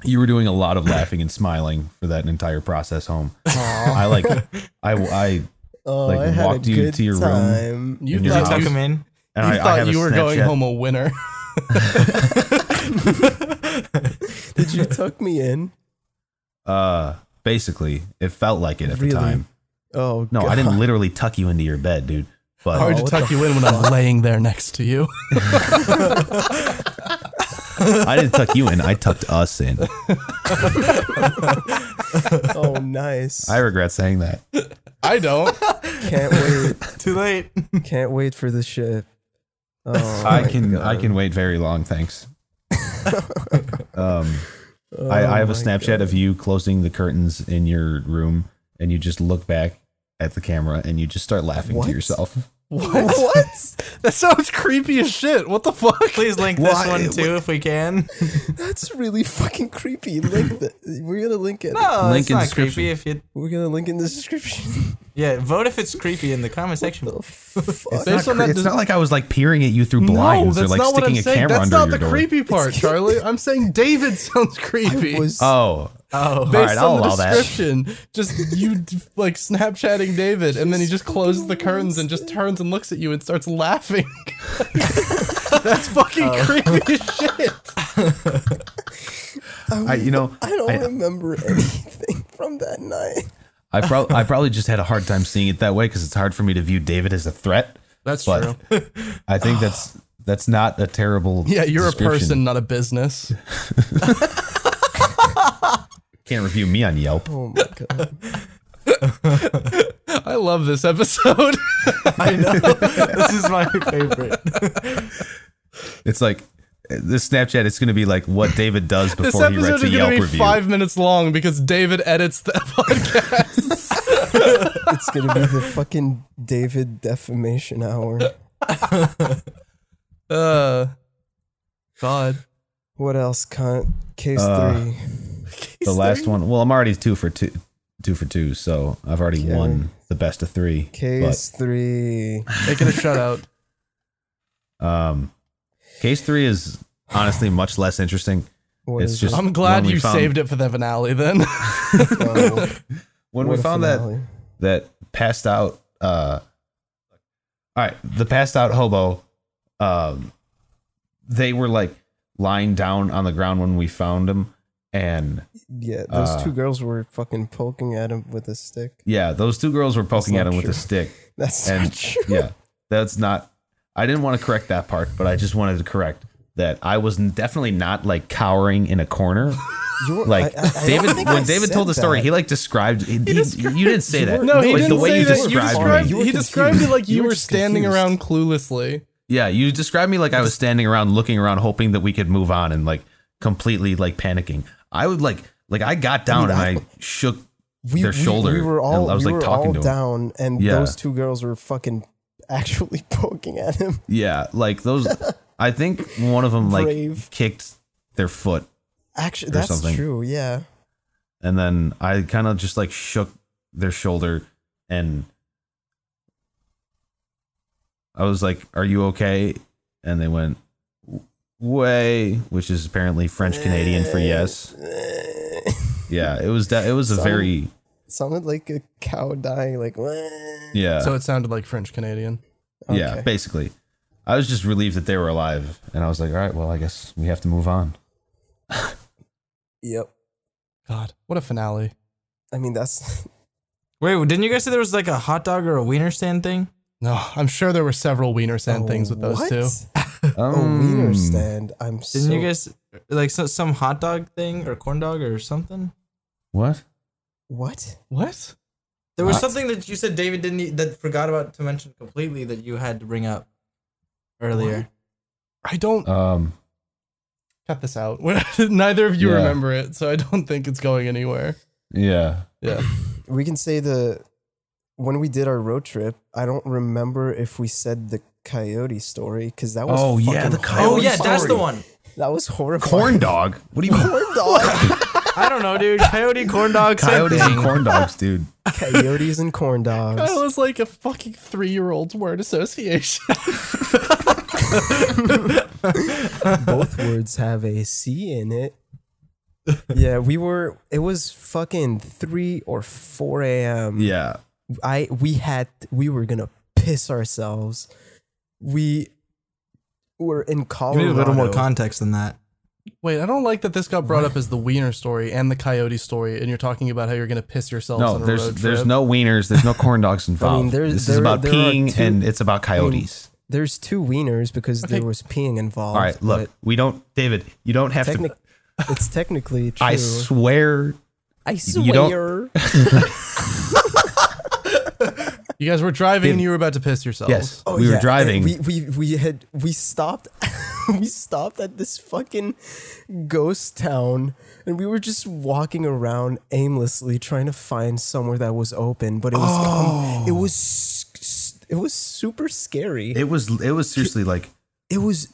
B: you were doing a lot of laughing and smiling for that entire process home. I like, I, I,
A: Oh,
B: Like,
A: I had
B: walked
A: a
B: you
A: good
B: to your room.
A: time.
D: You
B: In your
C: you
D: thought
C: tuck
B: house.
D: Uh, you,
C: him in.
B: and
D: you
B: I, I
D: thought
B: have a
D: you were going
B: Snapchat. Oh,
D: home a winner.
A: Did you tuck me in?
B: Uh, basically, it felt like it at
A: Really?
B: the time.
A: Oh
B: No, I
A: God.
B: didn't literally tuck you into your bed, dude. But
D: Hard to
A: what
D: tuck you in when I'm laying there next to you.
B: I didn't tuck you in. I tucked us in.
A: Oh, nice.
B: I regret saying that.
D: I don't.
A: can't wait.
C: Too late.
A: Can't wait for the ship. Oh,
B: I
A: my
B: can I
A: God.
B: can wait very long. Thanks. um, I, I have a
A: Oh my
B: Snapchat of you closing the curtains in your room, and you just look back at the camera and you just start laughing
A: What?
B: to yourself.
D: What? That sounds creepy as shit. What the fuck?
C: Please link this
B: Why-
C: one too if we can.
A: That's really fucking creepy. Link the, we're gonna link it.
C: No,
B: Link
C: Oh, it's
B: in
C: not
B: description.
C: creepy if you.
A: We're gonna link in the description.
C: Yeah, vote if it's creepy in the comment section.
A: Oh, fuck.
D: Based on that,
B: it's
D: does-
B: not like I was like peering at you through blinds or like sticking a camera
D: That's
B: under
D: not
B: your
D: the
B: door.
D: creepy part, Charlie. I'm saying David sounds creepy.
A: Was
B: Oh,
C: Oh,
B: Alright,
D: Based
B: I'll
D: on
B: allow
D: the
B: that.
D: description, just you d- like Snapchatting David, and then he just closes the curtains and just turns and looks at you and starts laughing. That's fucking
B: Uh,
D: creepy as shit. Oh,
B: I, you know,
A: I don't
B: I-
A: remember anything from that night.
B: I, prob- I probably just had a hard time seeing it that way because it's hard for me to view David as a threat.
D: That's
B: But I think that's that's not a terrible.
D: Yeah, you're a
B: description.
D: person, not a business.
B: Can't review me on Yelp.
A: Oh my god.
D: I love this episode.
C: I know. this is my favorite.
B: It's like this Snapchat. It's going to be like what David does
D: this
B: before he
D: episode
B: writes a
D: is
B: Yelp
D: going to be
B: review.
D: five minutes long because David edits the podcast.
A: It's gonna be the fucking David defamation hour.
D: Uh, God.
A: What else, cunt? Case
B: Uh,
A: three.
B: the last one. Well, I'm already two for two, two for two. So I've already
A: Okay.
B: won the best of three.
A: Case three.
D: Make it a shutout.
B: But, um, case three is honestly much less interesting.
A: What
B: it's
A: is
B: just
D: I'm glad
B: when we
D: you
B: found-
D: saved it for the finale then.
A: it? Oh,
B: when
A: what
B: we
A: a
B: found
A: finale.
B: that that passed out. Uh, all right, the passed out hobo. Um, they were like lying down on the ground when we found him, and
A: Yeah, those
B: Uh,
A: two girls were fucking poking at him with a stick.
B: yeah, those two girls were poking
A: not
B: at him with
A: true.
B: a stick.
A: That's not
B: and
A: true.
B: yeah, that's not. I didn't want to correct that part, but I just wanted to correct that I was n- definitely not like cowering in a corner.
A: You were-
B: Like
A: I- I- I don't
B: David,
A: think I
B: when David
A: said
B: told the story,
A: that.
B: he like described. He, he- you didn't say that.
D: No, he
B: Like,
D: didn't
B: the way
D: say
B: you
D: that.
B: described,
D: you described,
B: me.
A: You were
D: he described it
A: confused.
D: like you,
A: You were
D: were
A: just
D: standing
A: confused.
D: around cluelessly.
B: Yeah, you described me like I was standing around, looking around, hoping that we could move on, and like completely like panicking. I would like like I got down
A: Dude,
B: and I, shook
A: we,
B: their
A: we-
B: shoulder.
A: We were all,
B: and I was
A: we
B: like
A: were
B: talking
A: all
B: to him.
A: down, and
B: Yeah.
A: those two girls were fucking actually poking at him.
B: Yeah, like those. I think one of them like
A: Brave.
B: kicked their foot
A: Actually,
B: Or
A: that's
B: something.
A: true. Yeah.
B: and then I kind of just like shook their shoulder and I was like, "Are you okay?" And they went, "Way," which is apparently French Canadian for yes. Yeah, it was that. It was a
A: Some-
B: very
A: sounded like a cow dying. Like,
B: yeah
D: So it sounded like French Canadian.
B: yeah
A: okay.
B: basically. I was just relieved that they were alive, and I was like, "All right, well, I guess we have to move on."
A: yep.
D: God, what a finale.
A: I mean, that's
C: Wait, didn't you guys say there was like a hot dog or a wiener stand thing?
D: No, I'm sure there were several wiener sand things with those
A: what?
D: two.
A: A wiener
B: Um,
A: stand. I'm so.
C: Didn't you guys like so, some hot dog thing or corn dog or something?
B: What?
A: What?
D: What?
C: There was
B: What?
C: something that you said David didn't eat, that forgot about to mention completely that you had to bring up earlier.
D: I don't
B: Um,
D: cut this out. Neither of you
B: Yeah.
D: remember it, so I don't think it's going anywhere.
B: yeah.
D: Yeah.
A: We can say the when we did our road trip. I don't remember if we said the coyote story because that was.
B: Oh, yeah,
A: fucking
B: the
A: horrible.
C: Oh
B: coyote
C: yeah, that's the
B: sorry.
C: one.
A: That was horrible.
B: Corn dog. What do you mean?
A: corn dog.
C: I don't know, dude. Coyote corn dog. same
B: Coyotes
C: thing.
B: and corn dogs, dude.
A: Coyotes and corn dogs.
D: That was like a fucking three year old's word association.
A: Both words have a C in it. Yeah, we were. It was fucking three or four a.m.
B: Yeah.
A: I we had we were gonna piss ourselves. We were in
C: You
A: Colorado.
C: need a little more context than that.
D: Wait, I don't like that this got brought up as the wiener story and the coyote story, and you're talking about how you're gonna piss yourselves
B: No,
D: on a
B: there's
D: road
B: there's
D: trip.
B: no wieners, there's no corn dogs involved.
A: there's-
B: this is
A: there-
B: about
A: there are
B: peeing
A: two-
B: and it's about coyotes.
A: There's two wieners because
D: Okay.
A: there was peeing involved.
B: All right, look, we don't, David. You don't have
A: but technic-
B: to.
A: it's technically true.
B: I swear.
A: I
B: you don't-
D: You guys were driving and
B: Dude.
D: you were about to piss yourselves.
B: Yes,
A: Oh,
B: we
A: yeah,
B: were
A: and
B: driving.
A: We, we we had we stopped we stopped at this fucking ghost town and we were just walking around aimlessly trying to find somewhere that was open, but it was
B: Oh.
A: um, it was s- s- it was super scary. It,
B: it was it was seriously like
A: was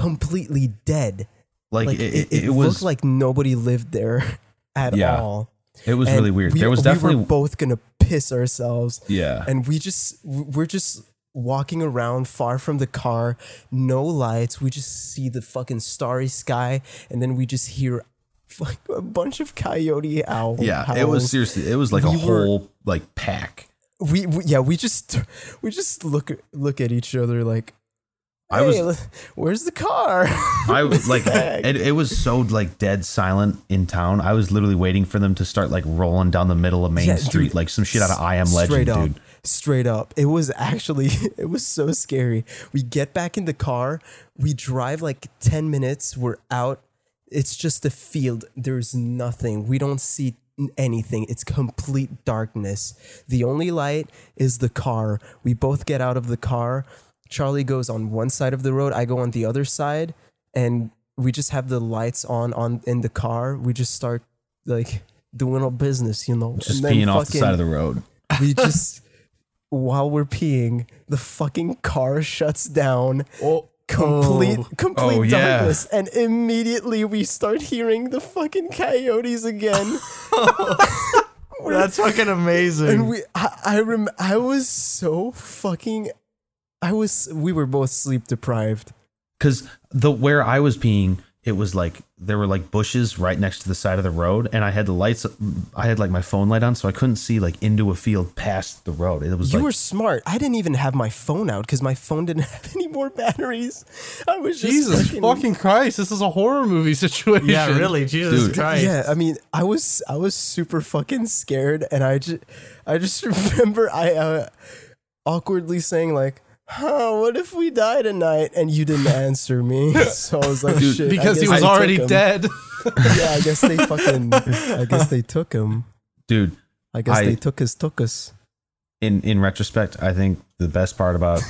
A: completely dead.
B: like,
A: Like
B: it,
A: it, it,
B: was
A: looked like nobody lived there at
B: Yeah.
A: all.
B: it was
A: And
B: really weird.
A: we-
B: there was
A: we were
B: definitely
A: both gonna piss ourselves
B: yeah.
A: and we just we're just walking around far from the car no lights we just see the fucking starry sky and then we just hear like a bunch of coyote owl
B: yeah, it was
A: howls.
B: seriously it was like a
A: We were-
B: whole like pack.
A: we, we yeah we just we just look look at each other like hey,
B: I was-
A: l- where's the car
B: I was like,
A: heck?
B: it, it was so like dead silent in town. I was literally waiting for them to start like rolling down the middle of Main
A: Yeah, dude,
B: Street, like some shit out of I Am Legend,
A: straight up
B: dude.
A: straight up it was actually it was so scary we get back in the car we drive like 10 minutes we're out it's just a field there's nothing we don't see n- anything it's complete darkness the only light is the car we both get out of the car charlie goes on one side of the road i go on the other side and we just have the lights on on in the car we just start like doing our business you know
B: Just peeing off the side of the road.
A: we just while we're peeing, the fucking car shuts down.
D: Oh.
A: Complete
D: Oh.
A: complete
B: Oh, yeah.
A: darkness. And immediately we start hearing the fucking coyotes again.
C: That's fucking
A: and
C: amazing.
A: we I, I rem I was so fucking I was we were both sleep deprived.
B: Because the where I was peeing, it was like there were like bushes right next to the side of the road, and I had the lights. I had like my phone light on, so I couldn't see like into a field past the road. It was
A: You
B: like,
A: were smart. I didn't even have my phone out because my phone didn't have any more batteries. I was just
D: Jesus
A: fucking-
D: fucking Christ! This is a horror movie situation.
C: Yeah, really, Jesus
B: Dude.
C: Christ.
A: Yeah, I mean, I was I was super fucking scared, and I just I just remember I uh, awkwardly saying like, "Huh, what if we die tonight?" And you didn't answer me, so I was like,
B: Dude,
A: "Shit," I
D: Because he
A: guess
D: was
A: they took
D: already
A: him.
D: dead.
A: Yeah, I guess they fucking. I guess they took him.
B: dude.
A: I guess
B: I-
A: they took us, took us.
B: In in retrospect, I think the best part about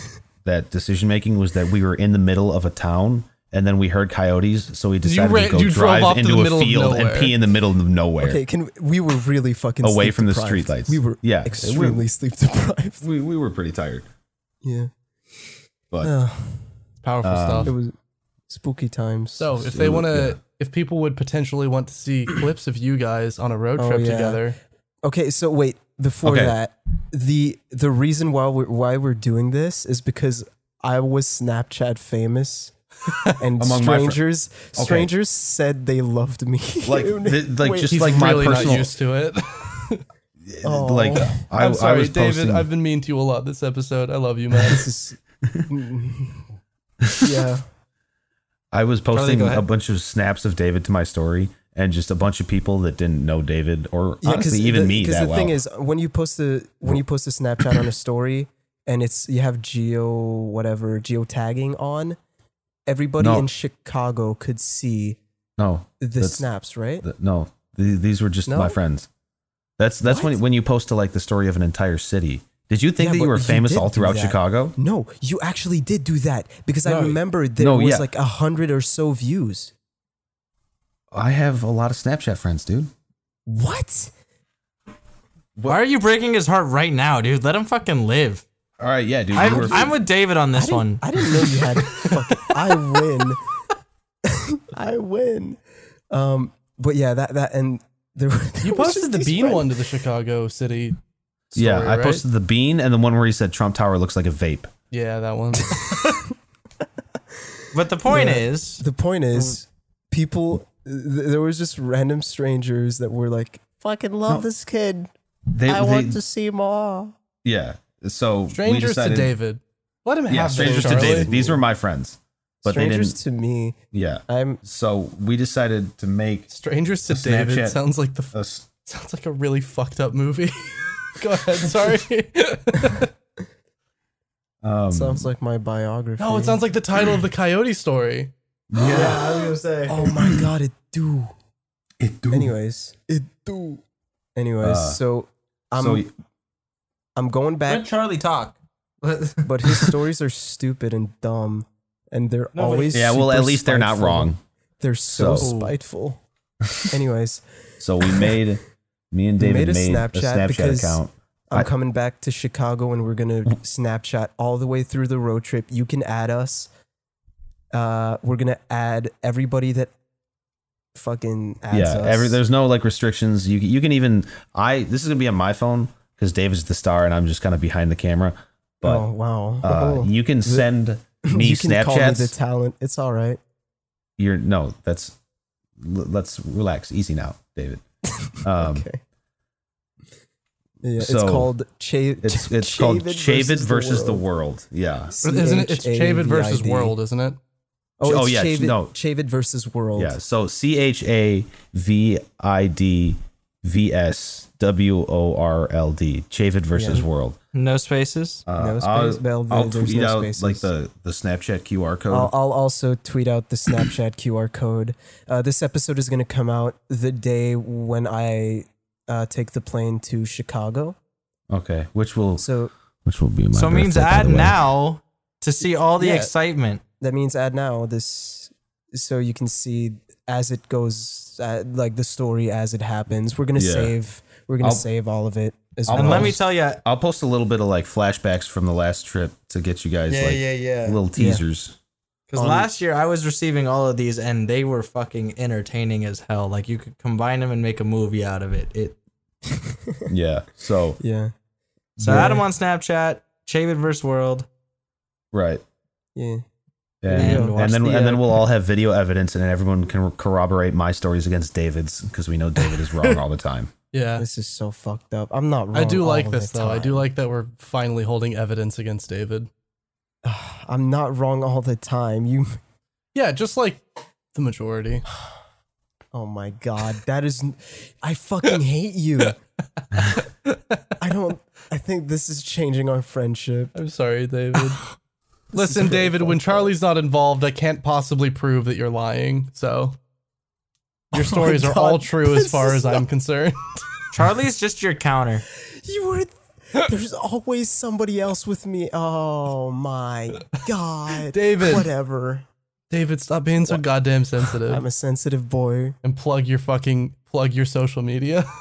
B: that decision making was that we were in the middle of a town. And then we heard coyotes, so we decided
D: ran-
B: to go
D: you drove off
B: drive
D: to
B: into
D: the
B: a
D: middle of
B: field and
D: nowhere.
B: pee in the middle of nowhere.
A: Okay, can we were really fucking
B: Away from the
A: sleep-deprived.
B: streetlights.
A: We were
B: Yeah, it- we-
A: extremely sleep deprived.
B: We we were pretty tired,
A: Yeah,
B: but
D: Oh.
A: Ugh,
D: Powerful
B: Um,
D: stuff.
A: it was spooky times.
D: So if they
B: So,
D: want to,
B: yeah.
D: if people would potentially want to see clips of you guys on a road
A: Oh,
D: trip
A: yeah.
D: together,
A: Okay, so wait, before
B: Okay.
A: that, the the reason why we're why we're doing this is because I was Snapchat famous and
B: Among my fri-
A: strangers
B: Okay.
A: strangers said they loved me.
B: like th- like
A: Wait,
B: just
D: he's
B: like my
D: really
B: personal
D: not used to it.
A: Oh.
B: like I,
D: I'm
B: I
D: sorry,
B: was
D: David.
B: posting
D: I've been mean to you a lot this episode. I love you, man.
A: this is Yeah.
B: I was
C: Charlie,
B: posting
C: go ahead.
B: a bunch of snaps of David to my story and just a bunch of people that didn't know David or
A: Yeah,
B: honestly even
A: the,
B: me
A: 'cause
B: that
A: the
B: well.
A: thing is when you post the when you post a Snapchat on a story and it's you have geo whatever geo tagging on, everybody
B: No.
A: in Chicago could see
B: no,
A: the
B: That's-
A: snaps, right?
B: th- no, th- these were just
A: No?
B: my friends. That's that's when
A: What?
B: when you post to like the story of an entire city. Did you think
A: Yeah,
B: that you
A: but
B: were
A: you
B: famous
A: did
B: all
A: do
B: throughout
A: that.
B: Chicago?
A: No, you actually did do that because I
D: No.
A: remember there
B: No,
A: was
B: yeah.
A: like a hundred or so views.
B: I have a lot of Snapchat friends, dude.
A: What?
C: Why are you breaking his heart right now, dude? Let him fucking live.
B: All right, yeah, dude. you
C: I'm,
B: were
C: I'm with David on
A: I
C: this
A: didn't,
C: one.
A: I didn't know you had. fucking, I win. I win. Um, but yeah, that that and there. were- there
D: You
A: was just
D: posted the
A: these
D: bean
A: friends-
D: one to the Chicago City. Story,
B: yeah, I
D: right?
B: posted the bean and the one where he said Trump Tower looks like a vape.
D: Yeah, that one.
C: But the point
A: Yeah.
C: is,
A: The point is, people. Th- there was just random strangers that were like, "Fucking love this kid.
B: They,
A: I
B: they-
A: want to see more."
B: yeah. So we
D: Strangers to
B: decided-
D: David. Let him
B: Yeah,
D: have
B: strangers to David. These were my friends, but
A: strangers
B: they
A: to me.
B: didn't. Yeah.
A: I'm.
B: So we decided to make
D: Strangers to
B: A
D: David
B: Snapchat.
D: sounds like the f-
B: a. s-
D: sounds like a really fucked up movie. Go ahead. Sorry.
B: Um,
A: Sounds like my biography.
D: no, it sounds like the title of the Coyote story.
C: yeah, I was gonna say.
A: Oh my god, it do.
B: it do.
A: Anyways, it do. Anyways,
B: Uh,
A: so um, I'm
B: so y-
A: I'm going
C: Let
A: back,
C: Charlie talk. no,
A: but his stories are stupid and dumb, and they're
C: No, but-
A: always
B: yeah, well, at
A: super
B: least they're not
A: spiteful.
B: wrong.
A: They're so,
B: So-
A: spiteful. Anyways,
B: So we made me and
A: We
B: David
A: made a
B: made a Snapchat,
A: Snapchat because-
B: account.
A: I'm
B: I-
A: coming back to Chicago, and we're gonna Snapchat all the way through the road trip. You can add us. Uh, we're gonna add everybody that fucking adds
B: Yeah,
A: us.
B: every, there's no like restrictions. You you can even I this is gonna be on my phone because David's the star and I'm just kind of behind the camera. But
A: oh wow,
B: uh,
A: Oh.
B: you can send me
A: you can call me
B: Snapchats.
A: the talent. It's all right.
B: You're no, that's l- let's relax, easy now, David. Um,
A: okay. Yeah, it's
B: so,
A: called Cha-
B: It's it's called Chavid versus the world. Yeah.
D: Isn't it? It's Chavid versus World, isn't it?
A: Oh,
B: Oh,
A: it's
B: yeah,
A: Chavid,
B: no.
A: Chavid versus World.
B: Yeah. So C H A V I D V S W O R L D. Chavid versus
A: Yeah.
B: World.
C: spaces.
B: Uh,
A: No space-
B: I'll,
A: well,
B: I'll
A: there's
B: tweet
A: no
B: out
A: spaces.
B: like the, the Snapchat QR code.
A: I'll, I'll also tweet out the Snapchat QR code. Uh, this episode is going to come out the day when I uh, take the plane to Chicago.
B: okay. Which will
A: So
B: which will be my
C: So it means
B: birthday, by
C: add
B: the way.
C: now to see all the
A: Yeah.
C: excitement.
A: that means add now this, so you can see as it goes, uh, like the story as it happens. We're gonna
B: Yeah.
A: save. We're gonna
B: I'll-
A: save all of it as
B: I'll-
A: well.
C: And let me
B: Almost.
C: tell you,
B: I'll post a little bit of like flashbacks from the last trip to get you guys like
C: yeah.
B: little teasers.
C: Because
A: on-
C: last year I was receiving all of these and they were fucking entertaining as hell. Like you could combine them and make a movie out of it. It
B: Yeah. So
A: yeah.
C: so
A: Yeah.
C: add them on Snapchat, Chavid vs World.
B: right.
A: Yeah.
C: Yeah,
B: And,
C: watch
B: and then
C: the,
B: and then
C: uh,
B: we'll all have video evidence, and everyone can corroborate my stories against David's because we know David is wrong all the time.
D: Yeah.
A: This is so fucked up. I'm not wrong.
D: I do
A: all
D: like
A: of
D: this
A: the
D: though. I do
A: time.
D: like that we're finally holding evidence against David.
A: I'm not wrong all the time. You.
D: Yeah, just like the majority.
A: Oh my god, that is. I fucking hate you. I don't. I think this is changing our friendship.
D: I'm sorry, David. Listen,
A: is really
D: David, when
A: fucked up.
D: Charlie's not involved, I can't possibly prove that you're lying. So your
A: Oh my
D: stories are
A: God,
D: all true as
A: this
D: far
A: is
D: as I'm concerned.
C: Charlie's just your counter.
A: You were. There's always somebody else with me. Oh my god,
D: David.
A: Whatever.
D: David, stop being so goddamn sensitive
A: I'm a sensitive boy.
D: and plug your fucking plug your social media.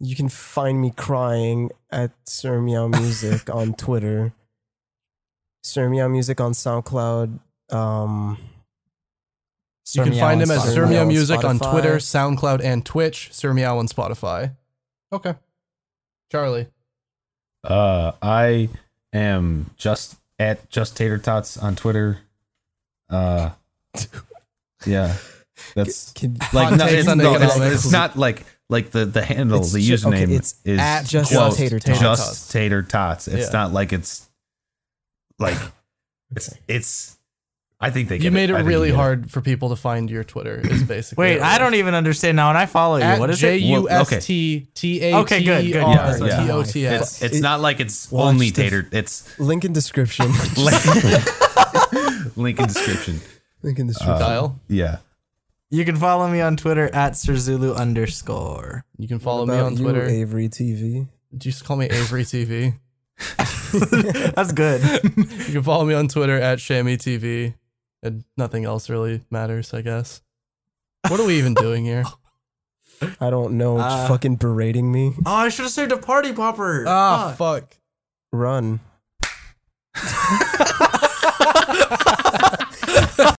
A: You can find me crying at Sir Meow Music on Twitter. Sir Meow Music on SoundCloud. Um,
D: you
C: Sir
D: can
C: Meow on
D: find him at
A: Spotify.
D: Sir
A: Meow
D: Meow
A: on
D: Music on
A: Spotify.
D: Twitter, SoundCloud, and Twitch. Sir Meow on Spotify. Okay. Charlie.
B: Uh, I am just at just tater tots on Twitter. Uh, yeah, that's
A: can,
B: like
D: Hot
B: no,
D: takes
B: it's,
D: on
B: no, it's,
D: economics.
B: it's not like like the the handle
A: It's
B: the
A: ju-
B: username
A: okay, it's
B: is
A: at just
B: close,
A: tater tots.
B: just tater tots. It's
D: Yeah.
B: not like it's like it's it's. I think they get
D: You made
B: I
D: it
B: think
D: really
B: get
D: hard for people to find your Twitter, is basically.
C: Wait, I don't even understand now, and I follow you.
D: At
C: What is
D: J
C: it?
D: U S T T A
C: Okay,
D: T
C: good, good,
D: R
B: yeah,
D: T
B: yeah.
D: O T S.
B: It's, it's
A: It-
B: not like it's
A: Watch
B: only
A: the-
B: tater. It's
A: link in description.
B: link in description.
A: link in description.
D: Dial.
B: Yeah.
C: You can follow me on Twitter at SirZulu underscore.
D: You can follow me
A: About
D: on
A: you,
D: Twitter.
A: Avery TV.
D: Just call me Avery TV.
C: That's good.
D: You can follow me on Twitter at Shammy TV. And nothing else really matters, I guess. What are we even doing here?
A: I don't know.
C: Uh,
A: fucking berating me.
C: Oh, I should have saved a party popper.
D: Ah,
C: Fuck.
D: fuck.
A: Run.